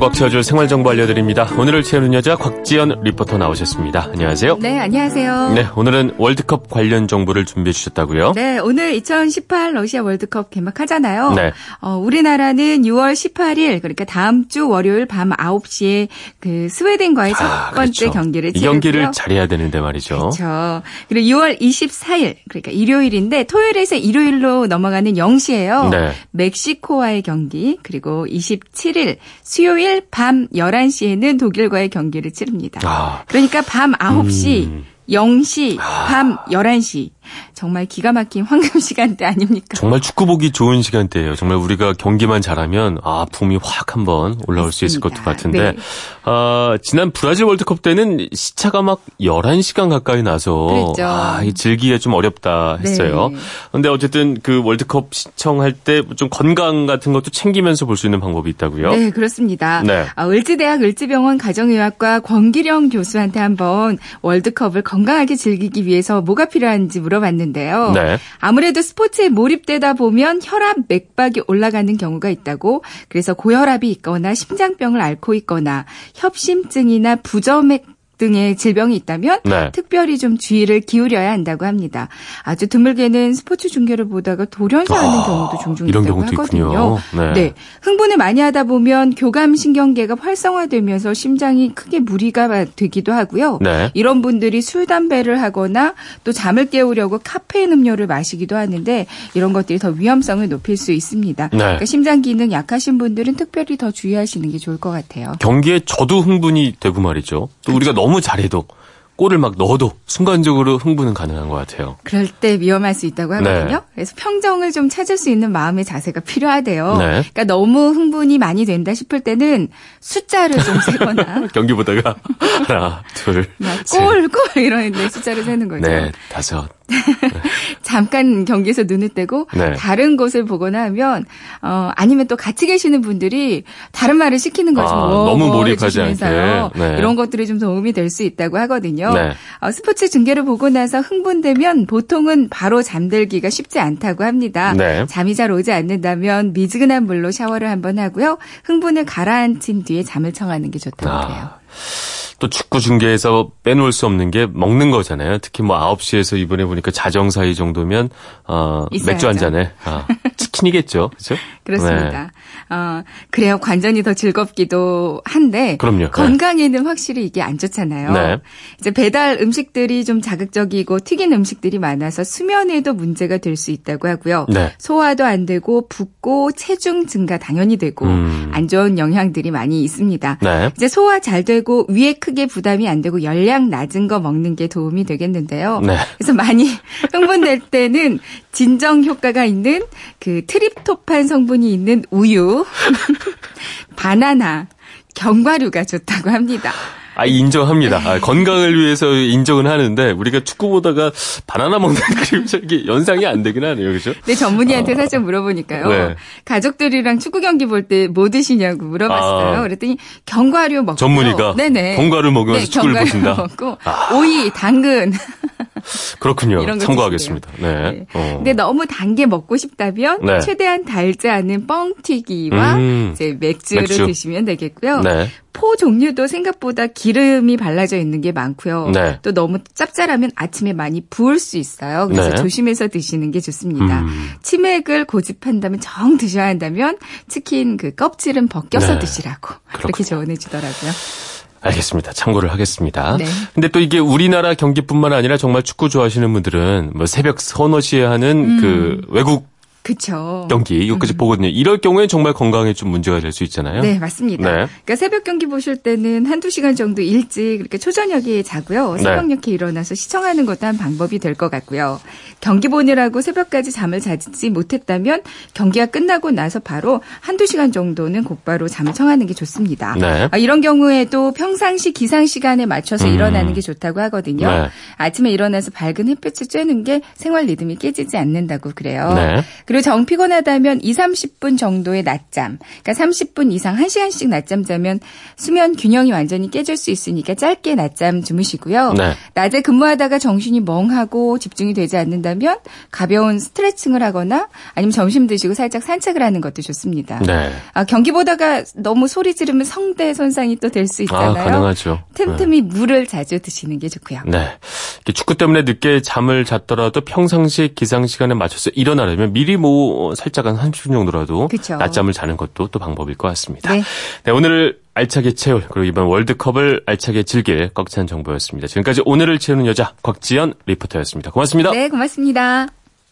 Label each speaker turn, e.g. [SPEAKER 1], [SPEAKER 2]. [SPEAKER 1] 꽉 채워줄 생활정보 알려드립니다. 오늘을 채우는 여자 곽지연 리포터 나오셨습니다. 안녕하세요.
[SPEAKER 2] 네, 안녕하세요.
[SPEAKER 1] 네, 오늘은 월드컵 관련 정보를 준비해 주셨다고요?
[SPEAKER 2] 네, 오늘 2018 러시아 월드컵 개막하잖아요.
[SPEAKER 1] 네.
[SPEAKER 2] 어, 우리나라는 6월 18일, 그러니까 다음 주 월요일 밤 9시에 그 스웨덴과의
[SPEAKER 1] 아,
[SPEAKER 2] 첫 번째
[SPEAKER 1] 그렇죠.
[SPEAKER 2] 경기를
[SPEAKER 1] 이
[SPEAKER 2] 치르고요.
[SPEAKER 1] 경기를 잘해야 되는데 말이죠.
[SPEAKER 2] 그렇죠. 그리고 6월 24일, 그러니까 일요일인데 토요일에서 일요일로 넘어가는 0시예요.
[SPEAKER 1] 네.
[SPEAKER 2] 멕시코와의 경기, 그리고 27일 수요일 밤 11시에는 독일과의 경기를 치릅니다.
[SPEAKER 1] 아,
[SPEAKER 2] 그러니까 밤 9시,
[SPEAKER 1] 음. 아.
[SPEAKER 2] 0시, 밤 11시. 정말 기가 막힌 황금 시간대 아닙니까?
[SPEAKER 1] 정말 축구 보기 좋은 시간대예요. 정말 우리가 경기만 잘하면 아, 품이 확 한번 올라올 수 있을 것도
[SPEAKER 2] 맞습니다.
[SPEAKER 1] 같은데
[SPEAKER 2] 네.
[SPEAKER 1] 아, 지난 브라질 월드컵 때는 시차가 막 11시간 가까이 나서
[SPEAKER 2] 그랬죠.
[SPEAKER 1] 아, 이 즐기기에 좀 어렵다 했어요.
[SPEAKER 2] 네.
[SPEAKER 1] 근데 어쨌든 그 월드컵 시청할 때 좀 건강 같은 것도 챙기면서 볼 수 있는 방법이 있다고요?
[SPEAKER 2] 네, 그렇습니다.
[SPEAKER 1] 네.
[SPEAKER 2] 아, 을지대학 을지병원 가정의학과 권기령 교수한테 한번 월드컵을 건강하게 즐기기 위해서 뭐가 필요한지 물어봤는데요.
[SPEAKER 1] 네.
[SPEAKER 2] 아무래도 스포츠에 몰입되다 보면 혈압 맥박이 올라가는 경우가 있다고 그래서 고혈압이 있거나 심장병을 앓고 있거나 협심증이나 부점액 등의 질병이 있다면
[SPEAKER 1] 네.
[SPEAKER 2] 특별히 좀 주의를 기울여야 한다고 합니다. 아주 드물게는 스포츠 중계를 보다가 돌연사하는
[SPEAKER 1] 아,
[SPEAKER 2] 경우도 종종
[SPEAKER 1] 이런
[SPEAKER 2] 있다고
[SPEAKER 1] 경우도
[SPEAKER 2] 하거든요.
[SPEAKER 1] 있군요. 네.
[SPEAKER 2] 네. 흥분을 많이 하다 보면 교감 신경계가 활성화되면서 심장이 크게 무리가 되기도 하고요.
[SPEAKER 1] 네.
[SPEAKER 2] 이런 분들이 술 담배를 하거나 또 잠을 깨우려고 카페인 음료를 마시기도 하는데 이런 것들이 더 위험성을 높일 수 있습니다.
[SPEAKER 1] 네.
[SPEAKER 2] 그러니까 심장 기능 약하신 분들은 특별히 더 주의하시는 게 좋을 것 같아요.
[SPEAKER 1] 경기에 저도 흥분이 되고 말이죠. 또 우리가
[SPEAKER 2] 그렇죠.
[SPEAKER 1] 너무 잘해도 골을 막 넣어도 순간적으로 흥분은 가능한 것 같아요.
[SPEAKER 2] 그럴 때 위험할 수 있다고 하거든요.
[SPEAKER 1] 네.
[SPEAKER 2] 그래서 평정을 좀 찾을 수 있는 마음의 자세가 필요하대요.
[SPEAKER 1] 네.
[SPEAKER 2] 그러니까 너무 흥분이 많이 된다 싶을 때는 숫자를 좀 세거나
[SPEAKER 1] 경기 보다가 하나, 둘,
[SPEAKER 2] 막
[SPEAKER 1] 셋,
[SPEAKER 2] 골, 골 이러는데 숫자를 세는 거죠.
[SPEAKER 1] 넷, 다섯.
[SPEAKER 2] 잠깐 경기에서 눈을 떼고
[SPEAKER 1] 네.
[SPEAKER 2] 다른 곳을 보거나 하면 어 아니면 또 같이 계시는 분들이 다른 말을 시키는 거죠.
[SPEAKER 1] 아,
[SPEAKER 2] 워,
[SPEAKER 1] 너무
[SPEAKER 2] 워
[SPEAKER 1] 몰입하지 않게.
[SPEAKER 2] 해주시면서요.
[SPEAKER 1] 네.
[SPEAKER 2] 이런 것들이 좀 도움이 될 수 있다고 하거든요.
[SPEAKER 1] 네.
[SPEAKER 2] 어, 스포츠 중계를 보고 나서 흥분되면 보통은 바로 잠들기가 쉽지 않다고 합니다.
[SPEAKER 1] 네.
[SPEAKER 2] 잠이 잘 오지 않는다면 미지근한 물로 샤워를 한번 하고요. 흥분을 가라앉힌 뒤에 잠을 청하는 게 좋다고 해요.
[SPEAKER 1] 아. 또 축구 중계에서 빼놓을 수 없는 게 먹는 거잖아요. 특히 뭐 9시에서 이번에 보니까 자정 사이 정도면 어,
[SPEAKER 2] 있어야죠.
[SPEAKER 1] 맥주 한 잔에 아, 치킨이겠죠. 그렇죠?
[SPEAKER 2] 그렇습니다.
[SPEAKER 1] 네.
[SPEAKER 2] 어, 그래야 관전이 더 즐겁기도 한데
[SPEAKER 1] 그럼요.
[SPEAKER 2] 건강에는 확실히 이게 안 좋잖아요.
[SPEAKER 1] 네.
[SPEAKER 2] 이제 배달 음식들이 좀 자극적이고 튀긴 음식들이 많아서 수면에도 문제가 될 수 있다고 하고요.
[SPEAKER 1] 네.
[SPEAKER 2] 소화도 안 되고 붓고 체중 증가 당연히 되고
[SPEAKER 1] 음.
[SPEAKER 2] 안 좋은 영향들이 많이 있습니다.
[SPEAKER 1] 네.
[SPEAKER 2] 이제 소화 잘 되고 위에 크게 부담이 안 되고 열량 낮은 거 먹는 게 도움이 되겠는데요.
[SPEAKER 1] 네.
[SPEAKER 2] 그래서 많이 흥분될 때는 진정 효과가 있는 그 트립토판 성분이 있는 우유, 바나나, 견과류가 좋다고 합니다.
[SPEAKER 1] 아, 인정합니다. 아, 건강을 위해서 인정은 하는데 우리가 축구 보다가 바나나 먹는 그림 이게 연상이 안 되긴 하네요. 그죠?
[SPEAKER 2] 근데 전문의한테 살짝 물어보니까요.
[SPEAKER 1] 아. 네.
[SPEAKER 2] 가족들이랑 축구 경기 볼 때 뭐 드시냐고 물어봤어요.
[SPEAKER 1] 아.
[SPEAKER 2] 그랬더니 견과류 먹고
[SPEAKER 1] 전문의가
[SPEAKER 2] 어, 네네.
[SPEAKER 1] 견과류 먹으면서 축구를
[SPEAKER 2] 견과류
[SPEAKER 1] 보신다. 아.
[SPEAKER 2] 먹고 오이, 당근 이런
[SPEAKER 1] 그렇군요.
[SPEAKER 2] 거
[SPEAKER 1] 참고하겠습니다. 네.
[SPEAKER 2] 네.
[SPEAKER 1] 어.
[SPEAKER 2] 근데 너무 단 게 먹고 싶다면
[SPEAKER 1] 네.
[SPEAKER 2] 최대한 달지 않은 뻥튀기와
[SPEAKER 1] 음.
[SPEAKER 2] 이제 맥주를
[SPEAKER 1] 맥주.
[SPEAKER 2] 드시면 되겠고요.
[SPEAKER 1] 네.
[SPEAKER 2] 포 종류도 생각보다 기름이 발라져 있는 게 많고요.
[SPEAKER 1] 네.
[SPEAKER 2] 또 너무 짭짤하면 아침에 많이 부을 수 있어요. 그래서
[SPEAKER 1] 네.
[SPEAKER 2] 조심해서 드시는 게 좋습니다.
[SPEAKER 1] 음.
[SPEAKER 2] 치맥을 고집한다면 정 드셔야 한다면 치킨 그 껍질은 벗겨서
[SPEAKER 1] 네.
[SPEAKER 2] 드시라고 그렇게
[SPEAKER 1] 그렇군요.
[SPEAKER 2] 조언해 주더라고요.
[SPEAKER 1] 알겠습니다. 참고를 하겠습니다.
[SPEAKER 2] 네.
[SPEAKER 1] 근데 또 이게 우리나라 경기뿐만 아니라 정말 축구 좋아하시는 분들은 뭐 새벽 서너 시에
[SPEAKER 2] 음.
[SPEAKER 1] 하는 그 외국
[SPEAKER 2] 그렇죠.
[SPEAKER 1] 경기 이것까지 보거든요. 이럴 경우에 정말 건강에 좀 문제가 될 수 있잖아요.
[SPEAKER 2] 네, 맞습니다.
[SPEAKER 1] 네.
[SPEAKER 2] 그러니까 새벽 경기 보실 때는 한두 시간 정도 일찍 이렇게 초저녁에 자고요.
[SPEAKER 1] 네.
[SPEAKER 2] 새벽녘에 일어나서 시청하는 것도 한 방법이 될 것 같고요. 경기 보느라고 새벽까지 잠을 자지 못했다면 경기가 끝나고 나서 바로 한두 시간 정도는 곧바로 잠을 청하는 게 좋습니다.
[SPEAKER 1] 네.
[SPEAKER 2] 아, 이런 경우에도 평상시 기상 시간에 맞춰서
[SPEAKER 1] 음.
[SPEAKER 2] 일어나는 게 좋다고 하거든요.
[SPEAKER 1] 네.
[SPEAKER 2] 아침에 일어나서 밝은 햇빛을 쬐는 게 생활 리듬이 깨지지 않는다고 그래요.
[SPEAKER 1] 네.
[SPEAKER 2] 그리고 그리고 정 피곤하다면 2, 30분 정도의 낮잠. 그러니까 30분 이상 1시간씩 낮잠 자면 수면 균형이 완전히 깨질 수 있으니까 짧게 낮잠 주무시고요.
[SPEAKER 1] 네.
[SPEAKER 2] 낮에 근무하다가 정신이 멍하고 집중이 되지 않는다면 가벼운 스트레칭을 하거나 아니면 점심 드시고 살짝 산책을 하는 것도 좋습니다.
[SPEAKER 1] 네.
[SPEAKER 2] 아, 경기 보다가 너무 소리 지르면 성대 손상이 또 될 수
[SPEAKER 1] 아,
[SPEAKER 2] 있잖아요.
[SPEAKER 1] 가능하죠. 네.
[SPEAKER 2] 틈틈이 물을 자주 드시는 게 좋고요.
[SPEAKER 1] 네. 이렇게 축구 때문에 늦게 잠을 잤더라도 평상시 기상 시간에 맞춰서 일어나려면 미리 뭐 어, 살짝 한 30분 정도라도
[SPEAKER 2] 그쵸.
[SPEAKER 1] 낮잠을 자는 것도 또 방법일 것 같습니다.
[SPEAKER 2] 네.
[SPEAKER 1] 네, 오늘 알차게 채울 그리고 이번 월드컵을 알차게 즐길 꽉찬 정보였습니다. 지금까지 오늘을 채우는 여자 곽지연 리포터였습니다. 고맙습니다.
[SPEAKER 2] 네, 고맙습니다.